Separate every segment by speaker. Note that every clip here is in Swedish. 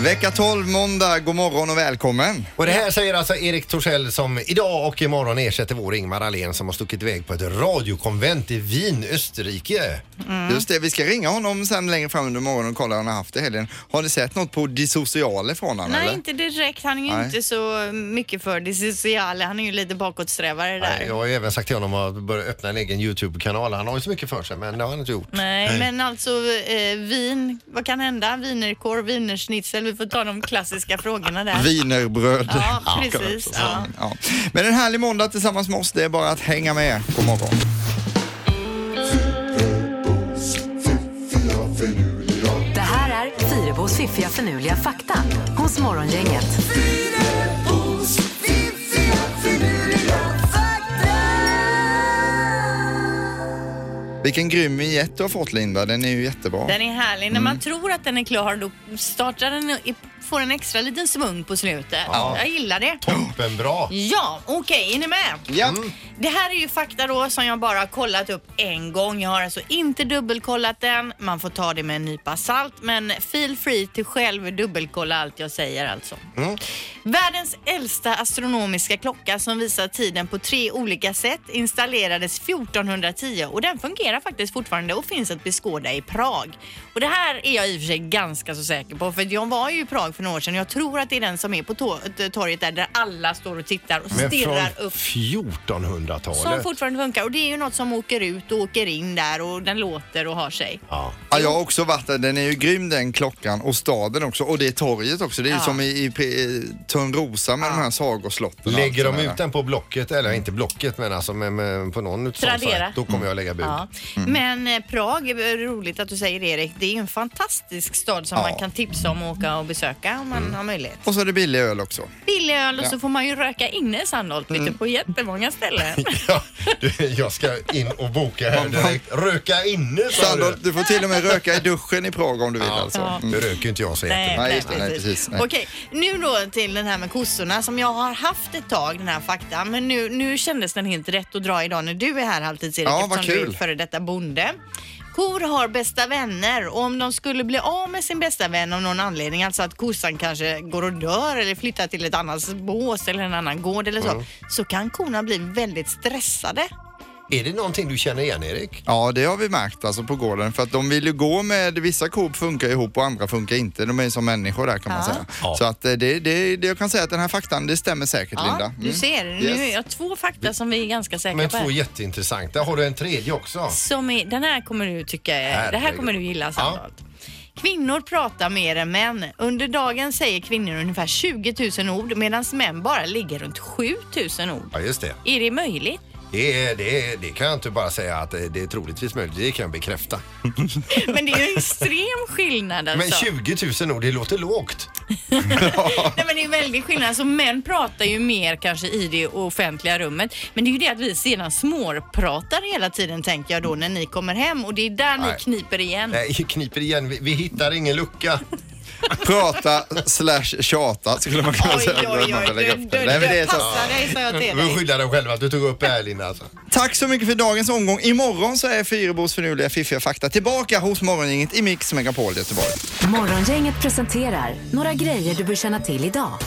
Speaker 1: Vecka 12, måndag. God morgon och välkommen.
Speaker 2: Och det här säger alltså Erik Torssell som idag och imorgon ersätter vår Ingmar Ahlén som har stuckit iväg på ett radiokonvent i Wien, Österrike.
Speaker 3: Mm.
Speaker 1: Just det, vi ska ringa honom sen längre fram under morgonen och kolla hur han har haft det i helgen. Har ni sett något på de sociala från honom
Speaker 3: Nej,
Speaker 1: eller?
Speaker 3: inte direkt. Han är ju
Speaker 1: Nej.
Speaker 3: inte så mycket för det sociala. Han är ju lite bakåtsträvare där.
Speaker 2: Jag har ju även sagt till honom att börja öppna en egen YouTube-kanal. Han har ju så mycket för sig men det har han inte gjort.
Speaker 3: Nej, men alltså eh, vin, vad kan hända? Wienerkorv, wienerschnitzel, vi får ta de klassiska frågorna där.
Speaker 1: Wienerbröd.
Speaker 3: Ja, precis. Ja.
Speaker 1: Ja. Men en härlig måndag tillsammans med oss. Det är bara att hänga med. God morgon.
Speaker 4: Det här är Fyrabos fiffiga förnuliga fakta hos Morgongänget.
Speaker 1: Vilken grym vignett du har fått Linda. Den är ju jättebra.
Speaker 3: Den är härlig. När
Speaker 1: Mm.
Speaker 3: man tror att den är klar då startar den och får en extra liten svung på slutet. Jag gillar det.
Speaker 2: Toppenbra!
Speaker 3: Ja, okej, är ni med?
Speaker 1: Ja.
Speaker 3: Det här är ju fakta då som jag bara har kollat upp en gång. Jag har alltså inte dubbelkollat den. Man får ta det med en nypa salt, men feel free till själv dubbelkolla allt jag säger alltså.
Speaker 2: Mm.
Speaker 3: Världens äldsta astronomiska klocka som visar tiden på tre olika sätt installerades 1410 och den fungerar faktiskt fortfarande och finns att beskåda i Prag. Och det här är jag i och för sig ganska så säker på för jag var ju i Prag för några år sedan. Jag tror att det är den som är på to- torget där, där alla står och tittar och
Speaker 2: Men från
Speaker 3: stirrar upp. Som
Speaker 2: 1400-talet.
Speaker 3: fortfarande funkar och det är ju något som åker ut och åker in där och den låter och har sig.
Speaker 2: Ja.
Speaker 1: Ja, jag har också varit där. Den är ju grym den klockan och staden också och det torget också. Det är ju
Speaker 3: Ja.
Speaker 1: som i, i, i Törnrosa med de här sagoslotten. och
Speaker 2: Lägger
Speaker 1: allt
Speaker 2: de
Speaker 1: sånt
Speaker 2: ut den på Blocket, eller inte Blocket men alltså med, med, på någon utav
Speaker 3: Tradera.
Speaker 2: sajt, då kommer jag lägga bud.
Speaker 3: Ja.
Speaker 1: Mm.
Speaker 3: Men eh, Prag, eh, roligt att du säger det Erik, det är ju en fantastisk stad som
Speaker 1: Ja.
Speaker 3: man kan tipsa om att åka och besöka om man har möjlighet.
Speaker 1: Och så är det billig öl också.
Speaker 3: Billig öl och
Speaker 1: Ja. Mm.
Speaker 3: så får man ju röka inne i Sandholt vet du, på jättemånga ställen.
Speaker 2: Ja, du, jag ska in och boka här direkt. Röka inne sa du.
Speaker 1: Sandor, du får till och med röka i duschen i Prag om du vill alltså.
Speaker 3: Ja.
Speaker 1: Mm.
Speaker 2: Det röker ju inte jag så jättemycket.
Speaker 1: Nej, just det. Nej, precis. Nej.
Speaker 3: Okej, nu då till den här med kossorna som jag har haft ett tag, den här faktan. Men nu, nu kändes den helt rätt att dra idag när du är här halvtids-Erik
Speaker 1: Ja, vad
Speaker 3: eftersom du är
Speaker 1: kul.
Speaker 3: före detta bonde. Kor har bästa vänner och om de skulle bli av med sin bästa vän av någon anledning, alltså att kossan kanske går och dör eller flyttar till ett annat bås eller en annan gård eller så, så kan korna bli väldigt stressade.
Speaker 2: Är det någonting du känner igen Erik?
Speaker 1: Ja, det har vi märkt alltså på gården. För att de vill ju gå med, vissa kor funkar ihop och andra funkar inte. De är ju som människor där kan man
Speaker 3: Ja.
Speaker 1: säga.
Speaker 2: Ja.
Speaker 1: Så att eh, det, det, det, jag kan säga att den här faktan, det stämmer säkert Linda.
Speaker 3: Ja, du
Speaker 1: Mm.
Speaker 3: ser.
Speaker 1: Yes.
Speaker 3: Nu har jag två fakta som vi är ganska säkra
Speaker 2: Men
Speaker 3: på. här.
Speaker 2: två jätteintressanta. Har du en tredje också?
Speaker 3: Som är, den här kommer du tycka är, det här
Speaker 2: Herregud.
Speaker 3: kommer du gilla
Speaker 2: Ja.
Speaker 3: Sandholt. Kvinnor pratar mer än män. Under dagen säger kvinnor ungefär 20 000 ord medan män bara ligger runt 7 000 ord.
Speaker 2: Ja, just det.
Speaker 3: Är det möjligt?
Speaker 2: Det, är, det, är, det kan jag inte bara säga att eh, det är troligtvis möjligt. Det kan jag bekräfta.
Speaker 3: Men det är ju en extrem skillnad
Speaker 2: Men Mm.
Speaker 3: alltså.
Speaker 2: 20 000 ord, det låter lågt.
Speaker 3: Nej men det är väldigt skillnad. Alltså, män pratar ju mer kanske i det offentliga rummet. Men det är ju det att vi sedan småpratar hela tiden tänker jag då när ni kommer hem och det är där
Speaker 2: Nej.
Speaker 3: ni kniper igen.
Speaker 2: Nej, kniper igen. Vi, vi hittar ingen lucka.
Speaker 1: Prata slash tjata skulle man kunna
Speaker 3: Oj,
Speaker 1: säga.
Speaker 3: oj, oj.
Speaker 1: Man får lägga upp
Speaker 3: du,
Speaker 1: den. Nej, men det är så-
Speaker 3: Passa dig sa jag till
Speaker 2: Du får
Speaker 3: dig.
Speaker 2: skylla dig själv att du tog upp det här Linda. Alltså.
Speaker 1: Tack så mycket för dagens omgång. Imorgon så är Fyrebos förnuliga fiffiga fakta tillbaka hos Morgongänget i Mix Megapol Göteborg.
Speaker 4: Morgongänget presenterar några grejer du bör känna till idag.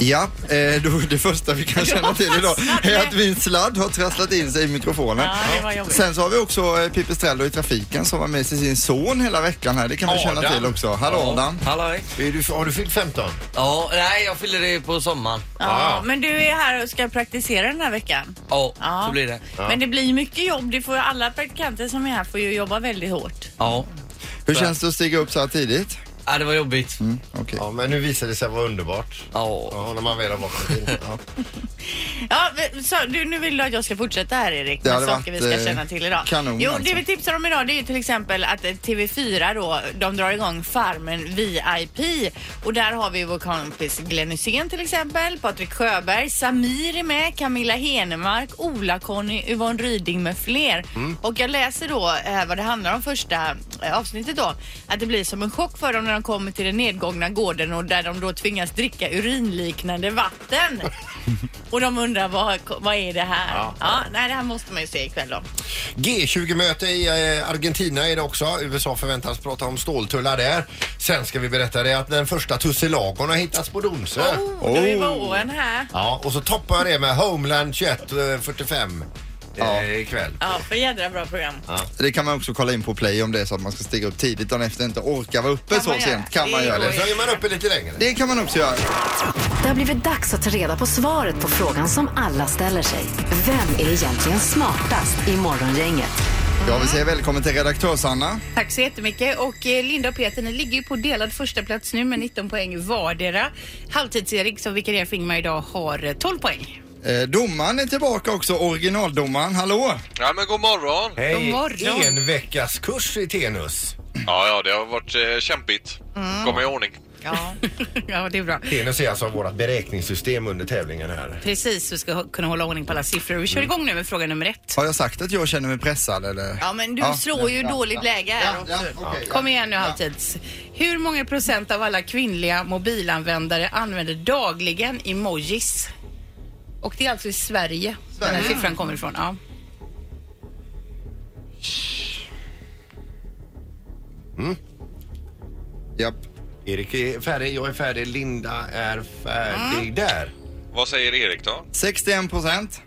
Speaker 1: Ja, eh, då, det första vi kan känna till idag är att min sladd har trasslat in sig i mikrofonen.
Speaker 3: Ja, det var jobbigt.
Speaker 1: Sen så har vi också eh, Pipistrello i trafiken som var med sig sin son hela veckan här. Det kan vi känna
Speaker 2: Adam.
Speaker 1: till också. Hallå Adam.
Speaker 5: Halloj.
Speaker 2: Är du, har du fyllt 15?
Speaker 5: Ja, nej jag fyller det på sommaren.
Speaker 3: Ja, men du är här och ska praktisera den här veckan.
Speaker 5: Ja,
Speaker 3: Ja.
Speaker 5: så blir det.
Speaker 3: Men det blir ju mycket jobb. Det får ju alla praktikanter som är här får ju jobba väldigt hårt.
Speaker 5: Ja.
Speaker 1: Hur känns det att stiga upp så här tidigt?
Speaker 5: ja, det var jobbigt.
Speaker 1: Mm, okej.
Speaker 2: Ja, men nu visar det sig vara underbart.
Speaker 5: Ja.
Speaker 2: Ja, när man väl har vaknat till. Ja.
Speaker 3: Ja, men så, du, nu vill du att jag ska fortsätta här Erik
Speaker 1: Det
Speaker 3: med
Speaker 1: hade
Speaker 3: saker
Speaker 1: varit,
Speaker 3: vi ska
Speaker 1: eh,
Speaker 3: känna till idag.
Speaker 1: kanon,
Speaker 3: jo,
Speaker 1: alltså.
Speaker 3: det vi tipsar om idag det är ju till exempel att eh, TV4 då, de drar igång Farmen VIP och där har vi vår kompis Glenn Hysén till exempel, Patrik Sjöberg, Samir är med, Camilla Henemark, Ola-Conny, Yvonne Ryding med fler.
Speaker 1: Mm.
Speaker 3: Och jag läser då eh, vad det handlar om första eh, avsnittet då, att det blir som en chock för dem när de de kommer till den nedgångna gården och där de då tvingas dricka urinliknande vatten. och de undrar vad, vad är det här? Ja. nej, det här måste man ju se ikväll då.
Speaker 2: G20-möte i eh, Argentina är det också. USA förväntas prata om ståltullar där. Sen ska vi berätta det att den första tussilagon har hittats på Donsö.
Speaker 3: Oh, Då är våren här.
Speaker 2: Ja, och så toppar jag det med Homeland 2145
Speaker 1: Ja.
Speaker 2: eh, ikväll.
Speaker 3: Ja, för jädra bra program.
Speaker 1: Det kan man också kolla in på Play om det är så att man ska stiga upp tidigt dagen efter inte orkar vara uppe
Speaker 3: Kan
Speaker 1: så
Speaker 3: man göra.
Speaker 1: sent. Kan man
Speaker 3: Det
Speaker 1: göra
Speaker 2: Eller
Speaker 1: det.
Speaker 2: så är man uppe lite längre.
Speaker 1: Det kan man också göra.
Speaker 4: Det har blivit dags att ta reda på svaret på frågan som alla ställer sig. Vem är egentligen smartast i Morgongänget?
Speaker 1: Jag vill säga välkommen till redaktörs-Anna.
Speaker 6: Tack så jättemycket. Och eh, Linda och Peter, ni ligger ju på delad första plats nu med 19 poäng vardera. Halvtids-Erik som vikarierar för Ingmar idag har eh, 12 poäng.
Speaker 1: Eh, domaren är tillbaka också, originaldomaren. Hallå!
Speaker 7: Ja men god morgon.
Speaker 6: God morgon.
Speaker 2: en veckas kurs i Tenus.
Speaker 7: Ja, ja det har varit eh, kämpigt. Komma i ordning.
Speaker 3: Ja.
Speaker 6: ja, det är bra.
Speaker 2: Tenus är alltså vårt beräkningssystem under tävlingen här.
Speaker 6: Precis, vi ska ha- kunna hålla ordning på alla siffror. Vi kör igång nu med fråga nummer ett.
Speaker 1: Har jag sagt att jag känner mig pressad eller?
Speaker 3: ja, men du slår ju dåligt läge här också.
Speaker 1: okej, ja.
Speaker 6: Kom igen nu halvtids. Hur många procent av alla kvinnliga mobilanvändare använder dagligen emojis? Och det är alltså i Sverige, den här siffran kommer ifrån. Ja.
Speaker 1: Japp.
Speaker 2: Erik är färdig, jag är färdig, Linda är färdig
Speaker 6: Ah.
Speaker 2: där.
Speaker 7: Vad säger Erik då?
Speaker 1: 61 procent.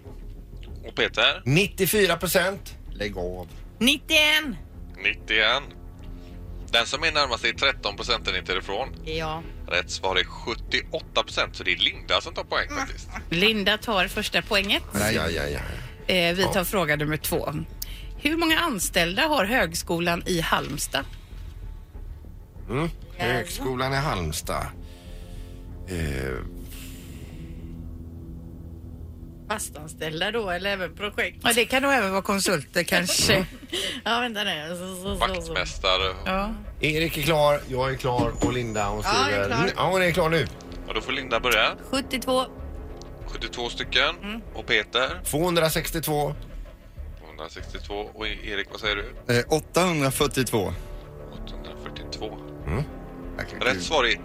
Speaker 7: Och Peter?
Speaker 2: 94 procent.
Speaker 1: Lägg av.
Speaker 3: 91!
Speaker 7: 91. Den som är närmast är 13 procenten inte ifrån.
Speaker 3: Ja.
Speaker 7: Rätt svar är 78 procent så det är Linda som tar poäng faktiskt.
Speaker 6: Linda tar första poänget.
Speaker 1: Nej.
Speaker 2: Ja, ja, ja.
Speaker 6: Eh, vi tar fråga nummer två. Hur många anställda har högskolan i Halmstad?
Speaker 2: Högskolan i Halmstad. Eh,
Speaker 3: Fastanställda då eller även projekt?
Speaker 6: Ja, det kan nog även vara konsulter kanske.
Speaker 3: Ja, vänta nu. Så, så, så, så.
Speaker 7: Vaktmästare.
Speaker 6: Ja.
Speaker 2: Erik är klar, jag är klar och Linda hon
Speaker 3: Ja, jag är
Speaker 2: skriver...
Speaker 3: klar.
Speaker 2: Ja, hon är klar nu.
Speaker 7: Och då får Linda börja.
Speaker 3: 72.
Speaker 7: 72 stycken. Och Peter?
Speaker 2: 262.
Speaker 7: 162. Och E- Erik vad säger du?
Speaker 1: Eh, 842.
Speaker 7: 842.
Speaker 1: Verkligen kul.
Speaker 7: Rätt svar är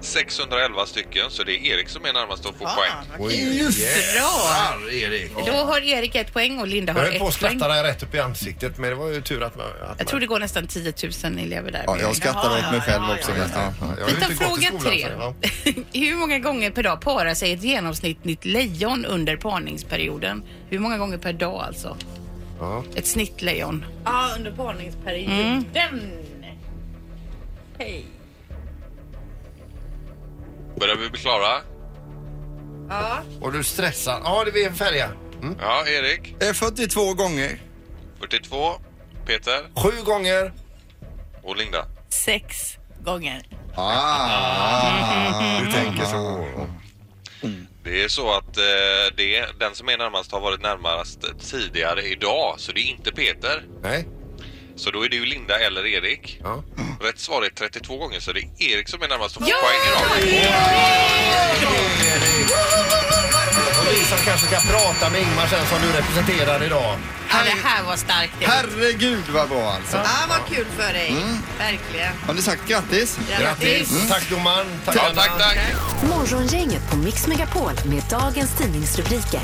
Speaker 7: 611 stycken så det är Erik som är närmast att få poäng.
Speaker 3: Fan,
Speaker 2: Oj, jästar, Erik.
Speaker 6: Då har Erik ett poäng och Linda
Speaker 2: Jag
Speaker 6: har
Speaker 2: höll på att
Speaker 6: ett poäng.
Speaker 2: skratta dig rätt upp i ansiktet men det var ju tur att man... Att
Speaker 6: Jag tror det går nästan 10 000 elever där.
Speaker 1: Ja, jag skrattar
Speaker 3: Jaha,
Speaker 1: åt mig
Speaker 3: ja,
Speaker 1: själv
Speaker 3: ja,
Speaker 1: också.
Speaker 3: ja,
Speaker 1: men, Ja,
Speaker 2: Jag har
Speaker 6: Vi
Speaker 2: ju
Speaker 6: tar
Speaker 2: inte gått i
Speaker 6: fråga
Speaker 2: skolan,
Speaker 6: tre.
Speaker 2: så det, va?
Speaker 6: Hur många gånger per dag parar sig ett genomsnittligt lejon under parningsperioden? Hur många gånger per dag alltså?
Speaker 2: Ja.
Speaker 6: Ett snittlejon. Mm.
Speaker 3: Ja, under parningsperioden. Hej.
Speaker 7: Börjar vi bli klara?
Speaker 3: Ja.
Speaker 2: Och du stressar. Ja, det är en färja. Mm.
Speaker 7: Ja, Erik.
Speaker 1: ja. Eh, 42 gånger.
Speaker 7: 42. Peter
Speaker 2: Sju gånger.
Speaker 7: och Linda.
Speaker 3: Sex gånger.
Speaker 1: Ah,
Speaker 2: Du tänker så.
Speaker 7: Det är så att eh, det, den som är närmast har varit närmast tidigare idag, så det är inte Peter.
Speaker 2: Nej.
Speaker 7: Så då är det ju Linda eller Erik.
Speaker 2: Ja.
Speaker 7: Rätt svar är 32 gånger, så det är Erik som är närmast att få poäng idag.
Speaker 2: Och vi som kanske ska prata med Ingmar sen som du representerar idag.
Speaker 6: Ja, det här var starkt. Erik.
Speaker 1: herregud vad bra alltså.
Speaker 3: Ja, vad kul för dig. Verkligen.
Speaker 1: Har ni sagt grattis?
Speaker 2: Mm. Grattis! Tack domaren. Tack,
Speaker 7: Ja,
Speaker 2: Anna.
Speaker 7: tack, tack.
Speaker 4: Morgongänget på Mix Megapol med dagens tidningsrubriker.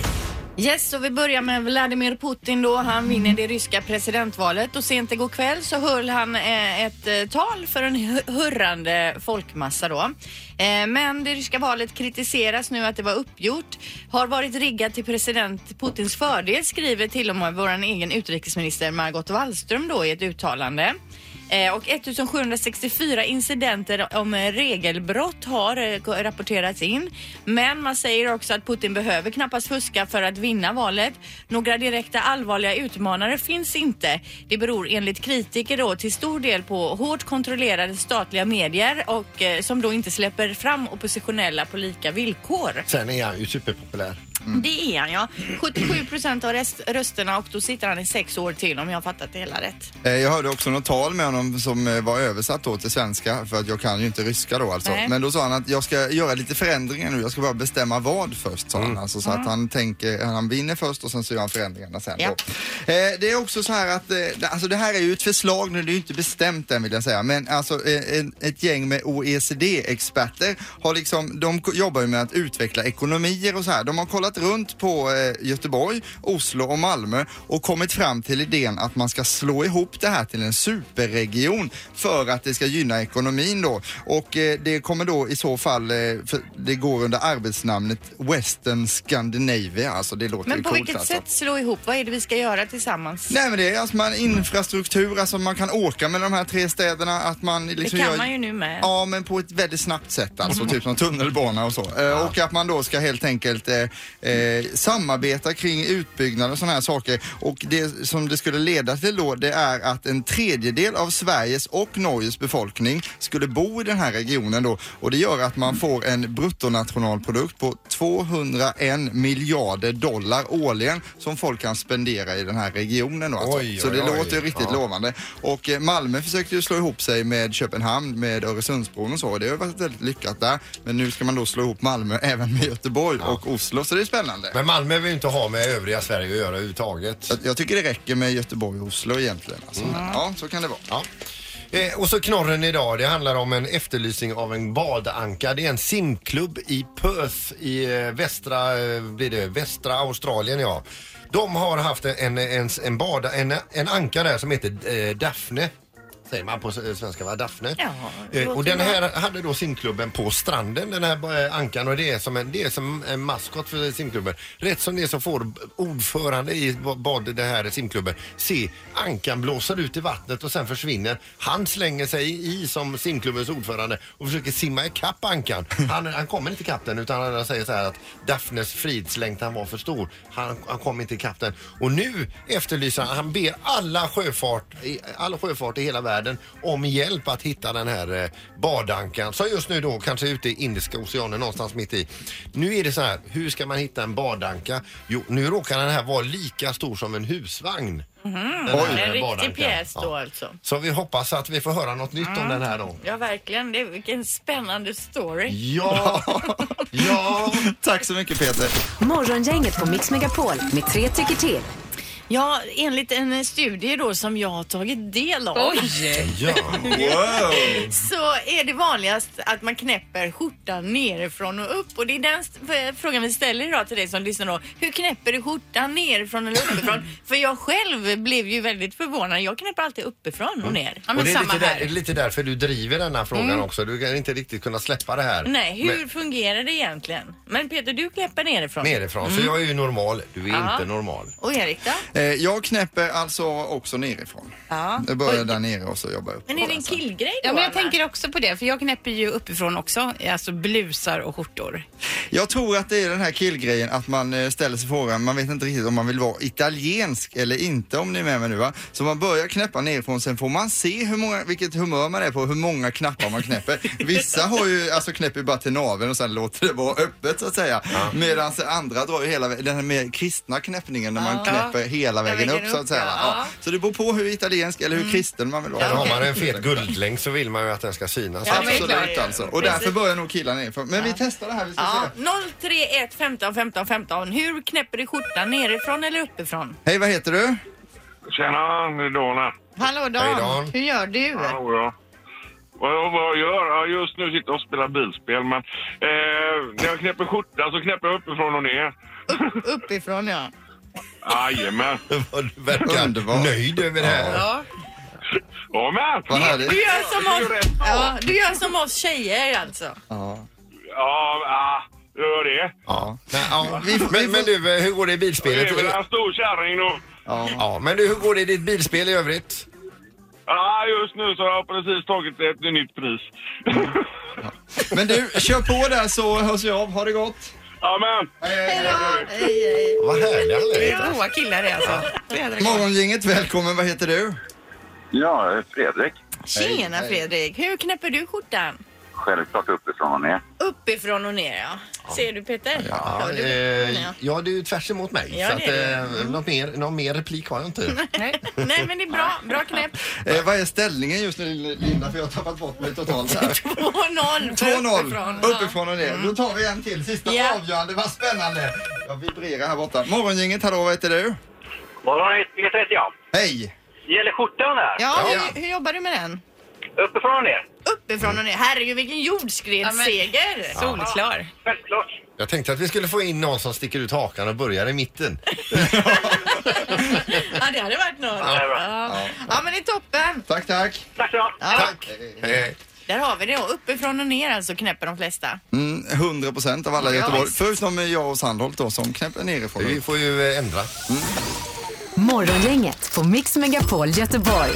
Speaker 3: Yes, och vi börjar med Vladimir Putin då. Han vinner det ryska presidentvalet och sent igår kväll så höll han eh, ett eh, tal för en hu- hurrande folkmassa då. Eh, men det ryska valet kritiseras nu att det var uppgjort. Har varit riggat till president Putins fördel skriver till och med vår egen utrikesminister Margot Wallström då i ett uttalande. Eh, Och 1764 incidenter om eh, regelbrott har eh, ko- rapporterats in. Men man säger också att Putin behöver knappast fuska för att vinna valet. Några direkta allvarliga utmanare finns inte. Det beror enligt kritiker då till stor del på hårt kontrollerade statliga medier och eh, som då inte släpper fram oppositionella på lika villkor.
Speaker 2: Sen är han ju superpopulär.
Speaker 3: Det är han ja. 77 procent av rest- rösterna och då sitter han i sex år till om jag har fattat det hela rätt.
Speaker 1: Eh, Jag hörde också något tal med honom som eh, var översatt då till svenska för att jag kan ju inte ryska då alltså.
Speaker 3: Nej.
Speaker 1: Men då sa han att jag ska göra lite förändringar nu. Jag ska bara bestämma vad först sa han. Alltså, så att han tänker, han vinner först och sen så gör han förändringarna sen
Speaker 3: Mm. Ja.
Speaker 1: då. Eh, Det är också så här att, eh, det- alltså det här är ju ett förslag nu, det är ju inte bestämt än vill jag säga. Men alltså eh, en- ett gäng med OECD-experter har liksom, de ko- jobbar ju med att utveckla ekonomier och så här. De har kollat runt på eh, Göteborg, Oslo och Malmö och kommit fram till idén att man ska slå ihop det här till en superregion för att det ska gynna ekonomin då. Och eh, det kommer då i så fall, eh, för det går under arbetsnamnet Western Scandinavia. Alltså det låter ju
Speaker 3: Men på
Speaker 1: coolt
Speaker 3: vilket
Speaker 1: alltså.
Speaker 3: sätt slå ihop? Vad är det vi ska göra tillsammans?
Speaker 1: Nej men det är alltså man, infrastruktur, alltså man kan åka mellan de här tre städerna. Att man liksom
Speaker 3: kan
Speaker 1: gör,
Speaker 3: man ju nu med.
Speaker 2: Eh.
Speaker 1: Ja men på ett väldigt snabbt sätt alltså, typ som tunnelbana och så. Eh, Och att man då ska helt enkelt eh, eh, samarbeta kring utbyggnad och sådana här saker. Och det som det skulle leda till då det är att en tredjedel av Sveriges och Norges befolkning skulle bo i den här regionen då. Och det gör att man får en bruttonationalprodukt på 201 miljarder dollar årligen som folk kan spendera i den här regionen då. Alltså.
Speaker 2: Oj,
Speaker 1: så
Speaker 2: oj,
Speaker 1: det
Speaker 2: oj.
Speaker 1: låter ju riktigt
Speaker 2: Ja.
Speaker 1: lovande. Och eh, Malmö försökte ju slå ihop sig med Köpenhamn med Öresundsbron och så. Och det har ju varit väldigt lyckat där. Men nu ska man då slå ihop Malmö även med Göteborg och Oslo. Så det är spännande.
Speaker 2: Men Malmö vill ju inte ha med övriga Sverige att göra överhuvudtaget.
Speaker 1: Jag, jag tycker det räcker med Göteborg och Oslo egentligen. Alltså. Men, ja, så kan det vara.
Speaker 2: Ja. Eh, och så knorren idag. Det handlar om en efterlysning av en badanka. Det är en simklubb i Perth i eh, västra, eh, blir det, västra Australien. Ja. De har haft en, en, en, bad, en, en anka där som heter eh, Daphne. Säger man på s- svenska va? Daphne.
Speaker 3: Ja, det
Speaker 2: eh, och
Speaker 3: låter
Speaker 2: den här hade då simklubben på stranden den här eh, ankan och det är som en, det är som en maskot för simklubben. Rätt som det är så får ordförande i ba- bad den här simklubben se ankan blåsa ut i vattnet och sen försvinner. Han slänger sig i som simklubbens ordförande och försöker simma ikapp ankan. Han, han kommer inte ikapp den utan han säger så här att Daphnes fridslängtan var för stor. Han, han kom inte ikapp den. Och nu efterlyser han, han ber alla sjöfart, i- all sjöfart i hela världen om hjälp att hitta den här eh, badankan som just nu då kanske är ute i Indiska oceanen någonstans mitt i. Nu är det så här, hur ska man hitta en badanka? Jo, nu råkar den här vara lika stor som en husvagn. Den här, eh,
Speaker 3: Mhm. En
Speaker 2: badankan.
Speaker 3: riktig pjäs då
Speaker 2: Ja.
Speaker 3: alltså.
Speaker 2: Så vi hoppas att vi får höra något nytt om den här då.
Speaker 3: Ja, verkligen. Det, vilken spännande
Speaker 2: Mm.
Speaker 3: story.
Speaker 2: Ja,
Speaker 3: Mm.
Speaker 2: ja.
Speaker 1: Tack så mycket Peter.
Speaker 4: Morgongänget på Mix Megapol med tre tycker till.
Speaker 3: Ja, enligt en studie då som jag har tagit del av
Speaker 6: Oj!
Speaker 2: ja.
Speaker 3: så är det vanligast att man knäpper skjortan nerifrån och upp. Och det är den st- f- frågan vi ställer idag till dig som lyssnar då. Hur knäpper du skjortan nerifrån eller uppifrån? För jag själv blev ju väldigt förvånad. Jag knäpper alltid uppifrån och ner.
Speaker 6: Ja,
Speaker 2: Mm. Och
Speaker 6: men
Speaker 2: det är
Speaker 6: samma
Speaker 2: lite, där,
Speaker 6: här.
Speaker 2: lite därför du driver den här frågan också. Du kan inte riktigt kunna släppa det här.
Speaker 3: Mm. Nej, hur
Speaker 2: med-
Speaker 3: fungerar det egentligen? Men Peter, du knäpper nerifrån.
Speaker 2: Nerifrån. Så jag är ju normal. Du är
Speaker 3: Mm. Ja.
Speaker 2: inte normal.
Speaker 3: Och Erik då?
Speaker 1: Eh, jag knäpper alltså också nerifrån.
Speaker 3: Ja.
Speaker 1: Jag börjar där nere och så jobbar jag upp.
Speaker 3: Men är det en killgrej då?
Speaker 6: Ja, men jag
Speaker 3: Anna?
Speaker 6: tänker också på det, för jag knäpper ju uppifrån också, alltså blusar och skjortor.
Speaker 1: Jag tror att det är den här killgrejen att man eh, ställer sig frågan, man vet inte riktigt om man vill vara italiensk eller inte om ni är med mig nu va. Så man börjar knäppa nerifrån, sen får man se hur många, vilket humör man är på, hur många knappar man knäpper. Vissa har ju, alltså knäpper bara till naveln och sen låter det vara öppet så att säga. Medan andra drar ju hela vä- den här mer kristna knäppningen när man knäpper hela vägen
Speaker 3: vägen
Speaker 1: upp så
Speaker 3: upp,
Speaker 1: att säga.
Speaker 3: ja. Mm.
Speaker 1: Ja. Så det beror på hur italiensk eller hur kristen man vill vara.
Speaker 2: Eller har man en fet guldlängd så vill man ju att den ska synas.
Speaker 3: Ja, men- det är
Speaker 1: Absolut
Speaker 3: klart.
Speaker 1: alltså. Och
Speaker 3: Precis.
Speaker 1: därför börjar nog killarna nerifrån. Men vi testar det här, vi ska se.
Speaker 3: Ja, 031 15 15 15. Hur knäpper du skjortan? Nerifrån eller uppifrån?
Speaker 1: Hej, vad heter du?
Speaker 8: Tjena, det är Dana.
Speaker 3: Hallå Dan.
Speaker 2: Hej, Dan.
Speaker 3: Hur gör du?
Speaker 8: Hallå, ja. Vad, vad jag gör? Ja, just nu sitter jag och spelar bilspel, men eh, när jag knäpper skjortan så knäpper jag uppifrån och ner.
Speaker 3: Uppifrån ja.
Speaker 8: Jajamän.
Speaker 2: Du verkar
Speaker 1: Underbart.
Speaker 2: nöjd över det här.
Speaker 6: Ja.
Speaker 8: Ja,
Speaker 1: Vad
Speaker 8: men!
Speaker 1: härligt.
Speaker 3: Du gör som
Speaker 8: Det är ju
Speaker 3: oss,
Speaker 8: rätt.
Speaker 3: ja, du gör som oss tjejer alltså.
Speaker 1: Ja.
Speaker 8: Ja, ah, gör det.
Speaker 2: Ja. Men, ja.
Speaker 1: Vi får- vi
Speaker 2: Men,
Speaker 1: får-
Speaker 2: men du, eh, hur går det i
Speaker 8: Det är
Speaker 2: bilspelet?
Speaker 8: väl en stor kärring då.
Speaker 2: Ja, men du, hur går det i ditt bilspel i övrigt?
Speaker 8: Ja, just nu så har jag precis tagit ett nytt pris.
Speaker 1: Men du, kör på där så hörs jag av. Ha det gott.
Speaker 8: Amen.
Speaker 2: Vad härliga alla
Speaker 6: Det
Speaker 2: är.
Speaker 6: är goa killar det alltså.
Speaker 1: Morgongänget, välkommen. Vad heter du?
Speaker 8: Ja, Fredrik.
Speaker 3: Tjena Fredrik, hur knäpper du skjortan?
Speaker 8: Självklart uppifrån och ner.
Speaker 3: Uppifrån och ner, ja. Ser du Peter?
Speaker 2: Ja,
Speaker 3: Hör du?
Speaker 2: eh,
Speaker 3: Ja.
Speaker 2: ja, det är ju tvärs emot mig.
Speaker 3: Ja,
Speaker 2: så att,
Speaker 3: det är det. Mm.
Speaker 2: eh, något mer, någon mer replik har jag inte.
Speaker 9: Nej.
Speaker 3: Nej, men det är bra. Bra knäpp.
Speaker 1: Eh, vad är ställningen just nu Linda? För jag har tappat bort mig totalt här.
Speaker 3: 2-0.
Speaker 1: 2-0 uppifrån och ner. Då tar vi en till. Sista
Speaker 3: Mm. Ja.
Speaker 1: avgörande. Vad spännande. Jag vibrerar här borta. Morgongänget, hallå vad heter du?
Speaker 8: Morgon, Peter heter jag.
Speaker 1: Hej!
Speaker 8: Gäller skjortan här.
Speaker 3: Ja, hur, hur jobbar du med den?
Speaker 8: Uppifrån och ner.
Speaker 3: Uppifrån och ner. Herregud, vilken jordskredsseger!
Speaker 9: Solklar.
Speaker 8: Självklart.
Speaker 2: Jag tänkte att vi skulle få in någon som sticker ut hakan och börjar i mitten.
Speaker 3: Ja, det hade varit något.
Speaker 8: det är bra.
Speaker 3: Ja. ja, men det är toppen.
Speaker 1: Tack, tack.
Speaker 8: Tack så mycket.
Speaker 3: Ja, Mm.
Speaker 2: Eh,
Speaker 3: där har vi det. då. Uppifrån och ner alltså knäpper de flesta.
Speaker 1: Mm, 100 procent av alla i
Speaker 3: Ja,
Speaker 1: Göteborg.
Speaker 3: visst.
Speaker 1: Förutom jag och Sandholt då som knäpper nerifrån.
Speaker 2: vi får ju eh, ändra.
Speaker 4: Morgongänget på Mix Megapol Göteborg.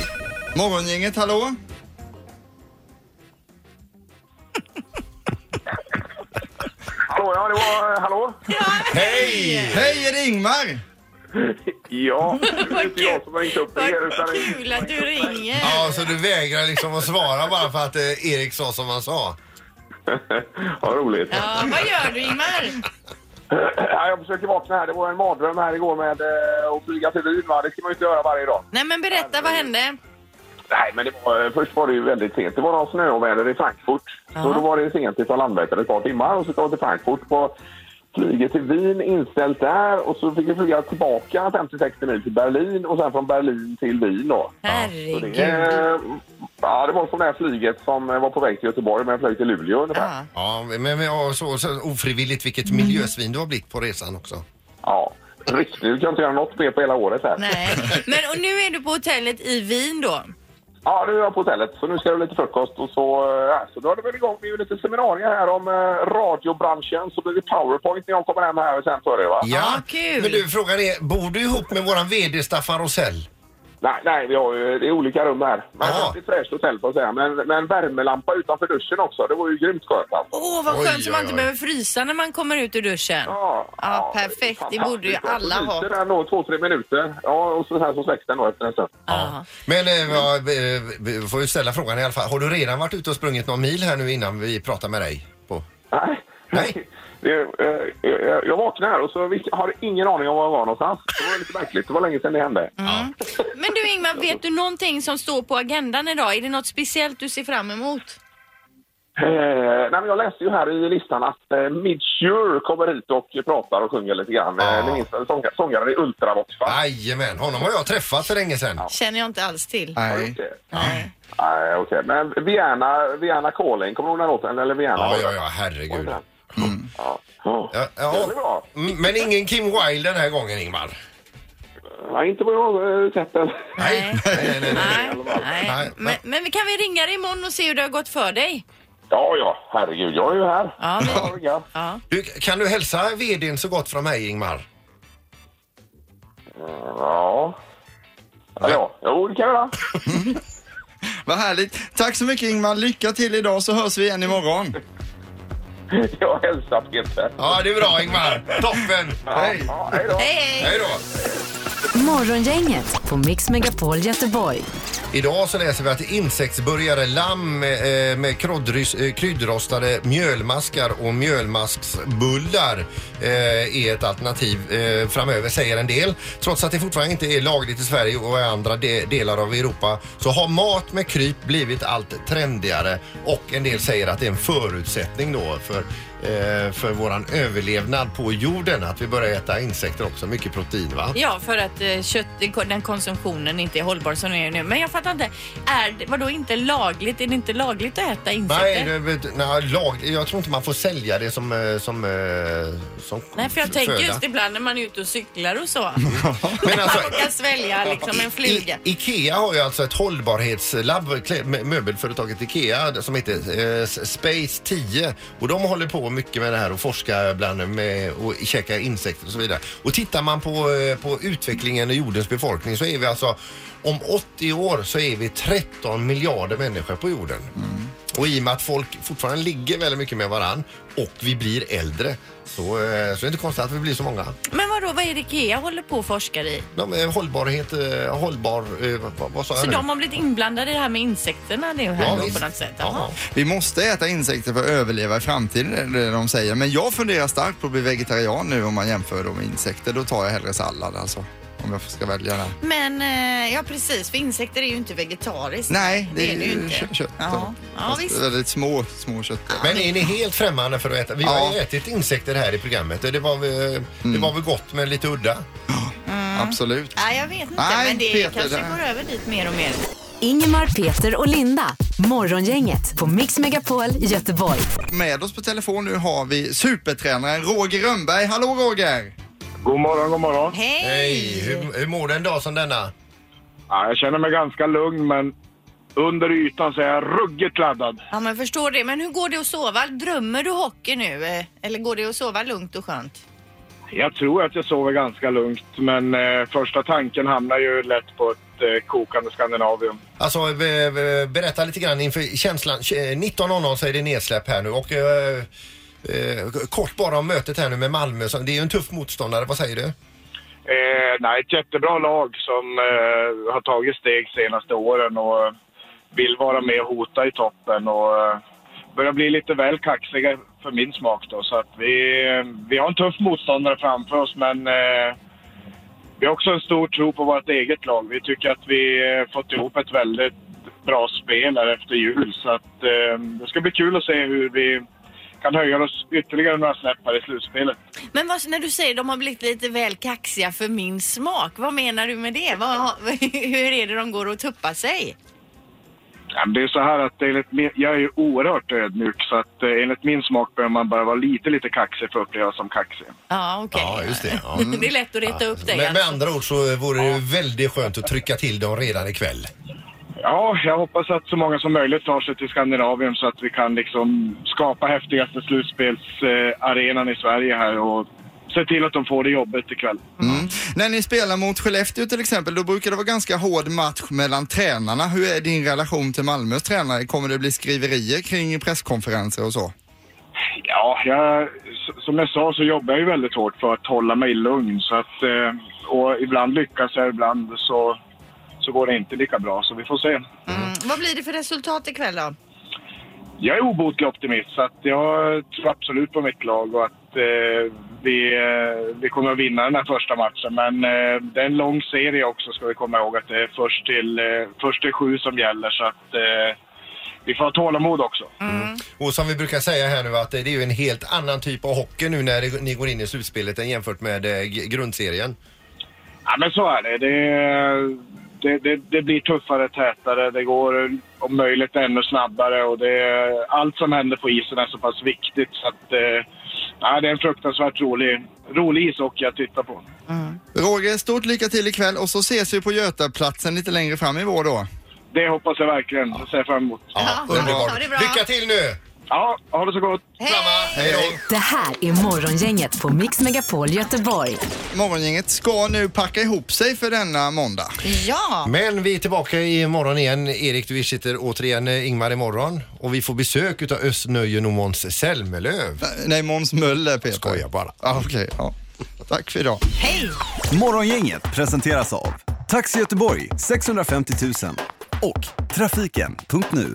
Speaker 1: Morgongänget, hallå?
Speaker 8: Hallå, ja det var... eh, Hallå?
Speaker 2: Hej!
Speaker 1: Hej, är det Ingmar?
Speaker 8: Ja, det är
Speaker 3: Vad
Speaker 8: inte jag som har ringt upp er utan
Speaker 3: Vad
Speaker 8: det
Speaker 3: kul att du ringer.
Speaker 2: Ja, så du vägrar liksom att svara bara för att eh, Erik sa som han sa.
Speaker 8: Vad roligt.
Speaker 3: Ja, vad gör du Ingmar?
Speaker 8: Ja, jag försöker vakna här. Det var en mardröm här igår med eh, att flyga till Wien. Va? Det ska man ju inte göra varje dag.
Speaker 3: Nej men berätta, vad hände?
Speaker 8: Nej, men det var, eh, först var det ju väldigt sent. Det var någon snöoväder i Frankfurt. Så då var det sent ifrån Landvetter ett par timmar och så kom vi till Frankfurt på flyget till Wien, inställt där och så fick vi flyga tillbaka 50-60 mil till Berlin och sen från Berlin till Wien då. Så
Speaker 3: Herregud.
Speaker 8: det, eh, ja, det var som det här flyget som eh, var på väg till Göteborg men flög till Luleå ungefär.
Speaker 3: Ja.
Speaker 2: Ja, men men, ja, så, så ofrivilligt vilket miljösvin du har blivit på resan också.
Speaker 8: Ja, riktigt. Du kan inte göra något mer på hela året här.
Speaker 3: Nej. Men och nu är du på hotellet i Wien då?
Speaker 8: Ja, nu är jag på hotellet, så nu ska jag ha lite frukost och så... eh, Ja, så då är det väl igång. Det är ju lite seminarier här om eh, radiobranschen, så blir det powerpoint när jag kommer hem här sen för er, va?
Speaker 2: Ja,
Speaker 3: kul.
Speaker 2: Men du, frågan är, bor du ihop med våran VD Staffan Rosell?
Speaker 8: Nej, nej, vi har ju... Det är olika rum här. Men
Speaker 2: Jaha.
Speaker 8: det är ett fräscht hotell, får jag säga. Men, men värmelampa utanför duschen också, det var ju grymt skönt alltså.
Speaker 3: Åh, vad
Speaker 2: Oj,
Speaker 3: skönt så man
Speaker 2: oj,
Speaker 3: inte
Speaker 2: oj.
Speaker 3: behöver frysa när man kommer ut ur duschen.
Speaker 8: Ja,
Speaker 3: Ja, perfekt. Det borde ju alla ha.
Speaker 8: Det där då, två, tre minuter. Ja, och så här så släcks den då efter en stund.
Speaker 3: Ja.
Speaker 2: Men eh, ja, eh, vi får ju ställa frågan i alla fall. Har du redan varit ute och sprungit någon mil här nu innan vi pratar med dig? På?
Speaker 8: Nej.
Speaker 2: Nej.
Speaker 8: Det- eh, Jag jag vaknade här och så vis- har ingen aning om var jag var någonstans. Det var lite märkligt. Det var länge sedan det hände.
Speaker 3: Mm. Men du Ingmar, vet du någonting som står på agendan idag? Är det något speciellt du ser fram emot?
Speaker 8: Eh, nej, men jag läste ju här i listan att eh, Midsure kommer hit och pratar och sjunger lite grann.
Speaker 2: Ja.
Speaker 8: Eh, ni minns väl sång- sångaren i Ultravox, va?
Speaker 2: Jajamän, honom har jag träffat för länge sedan.
Speaker 3: Känner jag inte alls till.
Speaker 8: Har du
Speaker 1: Nej.
Speaker 8: gjort det?
Speaker 3: Nej.
Speaker 8: Nej, okej. Men Vienna, Vienna Calling, kommer du ihåg den låten? Eller Vienna?
Speaker 2: Ja, ja, ja, herregud.
Speaker 8: Ja. Ja.
Speaker 2: Ja,
Speaker 8: Det
Speaker 2: ja.
Speaker 8: blir bra.
Speaker 2: Mm, Men ingen Kim Wilde den här gången, Ingmar.
Speaker 8: Nej, inte vad jag har eh, sett den.
Speaker 3: Nej.
Speaker 2: Nej, nej, nej.
Speaker 3: Nej. Nej.
Speaker 2: Nej.
Speaker 3: Men, men kan vi ringa dig imorgon och se hur det har gått för dig?
Speaker 8: Ja, ja, herregud. Jag är ju här.
Speaker 3: Ja, vi...
Speaker 8: Ja.
Speaker 3: ja.
Speaker 2: Du, kan du hälsa VDn så gott från mig, Ingmar?
Speaker 8: Ja. Ja, ja. Jo, det kan jag göra.
Speaker 1: Vad härligt. Tack så mycket Ingmar. Lycka till idag så hörs vi igen imorgon.
Speaker 8: Jag hälsar Peter.
Speaker 2: Ja, det är bra, Ingmar. Toppen! Hej!
Speaker 8: Ja, hej då.
Speaker 3: Hej, hej.
Speaker 2: Hej då!
Speaker 4: Morgongänget på Mix Megapol Göteborg.
Speaker 2: Idag så läser vi att insektsburgare, lamm eh, med kryddrys- eh, kryddrostade mjölmaskar och mjölmasksbullar eh, är ett alternativ eh, framöver, säger en del. Trots att det fortfarande inte är lagligt i Sverige och i andra de- delar av Europa så har mat med kryp blivit allt trendigare och en del säger att det är en förutsättning då för eh, för våran överlevnad på jorden att vi börjar äta insekter också, mycket protein va?
Speaker 3: Ja, för att eh, kött, den konsumtionen inte är hållbar som den är nu. Men jag fattar inte. Är det, vadå inte lagligt? Är det inte lagligt att äta
Speaker 2: Nej,
Speaker 3: insekter?
Speaker 2: det, vet- nej lag, jag tror inte man får sälja det som, eh, som, eh, som
Speaker 3: Nej, för jag
Speaker 2: f-
Speaker 3: tänker
Speaker 2: föda.
Speaker 3: just ibland när man är ute och cyklar och så.
Speaker 2: Men alltså,
Speaker 3: Man råkar svälja liksom en fluga.
Speaker 2: I, Ikea har ju alltså ett hållbarhetslabb, klä- mö- möbelföretaget Ikea som heter eh, S- Space 10 och de håller på mycket med det här och forskar bland med och käka insekter och så vidare. Och tittar man på, eh, på utvecklingen i jordens befolkning så är vi alltså om 80 år så är vi 13 miljarder människor på jorden. Och i och med att folk fortfarande ligger väldigt mycket med varann och vi blir äldre så, eh, så är det inte konstigt att vi blir så många.
Speaker 3: Men vadå, vad är det IKEA håller på och forskar i?
Speaker 2: De, eh, hållbarhet, eh, hållbar, eh, vad, vad sa
Speaker 3: Så
Speaker 2: jag nu?
Speaker 3: de har blivit inblandade i det här med insekterna nu här
Speaker 2: Ja,
Speaker 3: då,
Speaker 2: visst.
Speaker 3: på något sätt? Jaha.
Speaker 2: Ja.
Speaker 1: Vi måste äta insekter för att överleva i framtiden, är det de säger. Men jag funderar starkt på att bli vegetarian nu om man jämför dem med insekter. Då tar jag hellre sallad alltså, om jag ska välja det.
Speaker 3: Men eh, ja precis, för insekter är ju inte vegetariskt.
Speaker 1: Nej, det,
Speaker 3: det är det ju inte.
Speaker 1: kö- kött.
Speaker 3: Ja, ja
Speaker 1: Fast
Speaker 3: visst.
Speaker 1: Väldigt små, små kött.
Speaker 2: Men är ni helt främmande för att äta? Vi har ju
Speaker 1: Ja.
Speaker 2: ätit insekter här i programmet. Det var, väl- det var väl gott men lite udda.
Speaker 1: Absolut.
Speaker 3: Nej, jag vet inte,
Speaker 1: Nej,
Speaker 3: men det
Speaker 1: Peter,
Speaker 3: kanske
Speaker 1: det-
Speaker 3: går över dit mer och mer.
Speaker 4: Ingemar, Peter och Linda. Morgongänget på Mix Megapol Göteborg.
Speaker 1: Med oss på telefon nu har vi supertränaren Roger Rönnberg. Hallå Roger!
Speaker 8: God morgon, god morgon.
Speaker 3: Hej!
Speaker 2: Hej! Hur, hur mår du en dag som denna?
Speaker 8: Ja, jag känner mig ganska lugn, men under ytan så är jag ruggigt laddad.
Speaker 3: Ja, men jag förstår det. Men hur går det att sova? Drömmer du hockey nu? eh? Eller går det att sova lugnt och skönt?
Speaker 8: Jag tror att jag sover ganska lugnt, men eh, första tanken hamnar ju lätt på ett eh, kokande Skandinavium.
Speaker 2: Alltså, be, be, berätta lite grann inför känslan. 19.00 så är det nedsläpp här nu och eh, eh, kort bara om mötet här nu med Malmö. Så Det är ju en tuff motståndare, vad säger du?
Speaker 8: Eh, nej, ett jättebra lag som eh, har tagit steg senaste åren och vill vara med och hota i toppen och eh, börjar bli lite väl kaxiga för min smak då. Så att vi, eh, vi har en tuff motståndare framför oss men eh, vi har också en stor tro på vårt eget lag. Vi tycker att vi eh, fått ihop ett väldigt bra spel här efter jul så att eh, det ska bli kul att se hur vi kan höja oss ytterligare några snäpp här i slutspelet.
Speaker 3: Men vad, när du säger de har blivit lite väl kaxiga för min smak, vad menar du med det? Vad, hur är det de går och tuppar sig?
Speaker 8: Ja, men det är så här att enligt min, jag är ju oerhört ödmjuk så att eh, enligt min smak behöver man bara vara lite, lite kaxig för att upplevas som kaxig.
Speaker 3: Ja, okej.
Speaker 2: Ja, just det, ja.
Speaker 3: det är lätt att reta upp dig
Speaker 2: Men med
Speaker 3: alltså.
Speaker 2: andra ord så vore det ju väldigt skönt att trycka till dem redan ikväll.
Speaker 8: Ja, jag hoppas att så många som möjligt tar sig till Skandinavien så att vi kan liksom skapa häftigaste slutspelsarenan i Sverige här och se till att de får det jobbet ikväll.
Speaker 1: Mm. När ni spelar mot Skellefteå till exempel, då brukar det vara ganska hård match mellan tränarna. Hur är din relation till Malmös tränare? Kommer det bli skriverier kring presskonferenser och så?
Speaker 8: Ja, jag, s- som jag sa så jobbar jag ju väldigt hårt för att hålla mig lugn. Så att, eh, och ibland lyckas jag, ibland så, så går det inte lika bra. Så vi får se.
Speaker 3: Mm. Vad blir det för resultat ikväll då?
Speaker 8: Jag är obotlig optimist så att jag tror absolut på mitt lag och att eh, vi, eh, vi kommer att vinna den här första matchen. Men eh, det är en lång serie också ska vi komma ihåg att det är först till, eh, först till sju som gäller så att eh, vi får ha tålamod också.
Speaker 2: Och som vi brukar säga här nu att det är ju en helt annan typ av hockey nu när det- ni går in i slutspelet än jämfört med eh, g- grundserien.
Speaker 8: Ja men så är det. Det, det, det, det blir tuffare, tätare, det går om möjligt ännu snabbare och det, allt som händer på isen är så pass viktigt så att eh, ja, det är en fruktansvärt rolig, rolig ishockey att titta på.
Speaker 1: Roger, stort lycka till ikväll och så ses vi på Götaplatsen lite längre fram i vår då.
Speaker 8: Det hoppas jag verkligen. Det ser jag fram emot.
Speaker 2: Ja,
Speaker 3: bra.
Speaker 2: underbart.
Speaker 3: Ha det bra.
Speaker 2: Lycka till nu!
Speaker 8: Ja, ha det så gott!
Speaker 2: Samma. Hej då!
Speaker 4: Det här är Morgongänget på Mix Megapol Göteborg.
Speaker 1: Morgongänget ska nu packa ihop sig för denna måndag.
Speaker 3: Ja,
Speaker 2: Men vi är tillbaka imorgon igen. Erik, du sitter återigen eh, Ingmar imorgon och vi får besök utav Özz Nöjen och Måns Zelmerlöw.
Speaker 1: Nej, Måns Möller Peter.
Speaker 2: Skojar bara.
Speaker 1: Ah, Okej, ja. Tack för idag.
Speaker 3: hej!
Speaker 10: Morgongänget presenteras av Taxi Göteborg 650 000 och Trafiken.nu.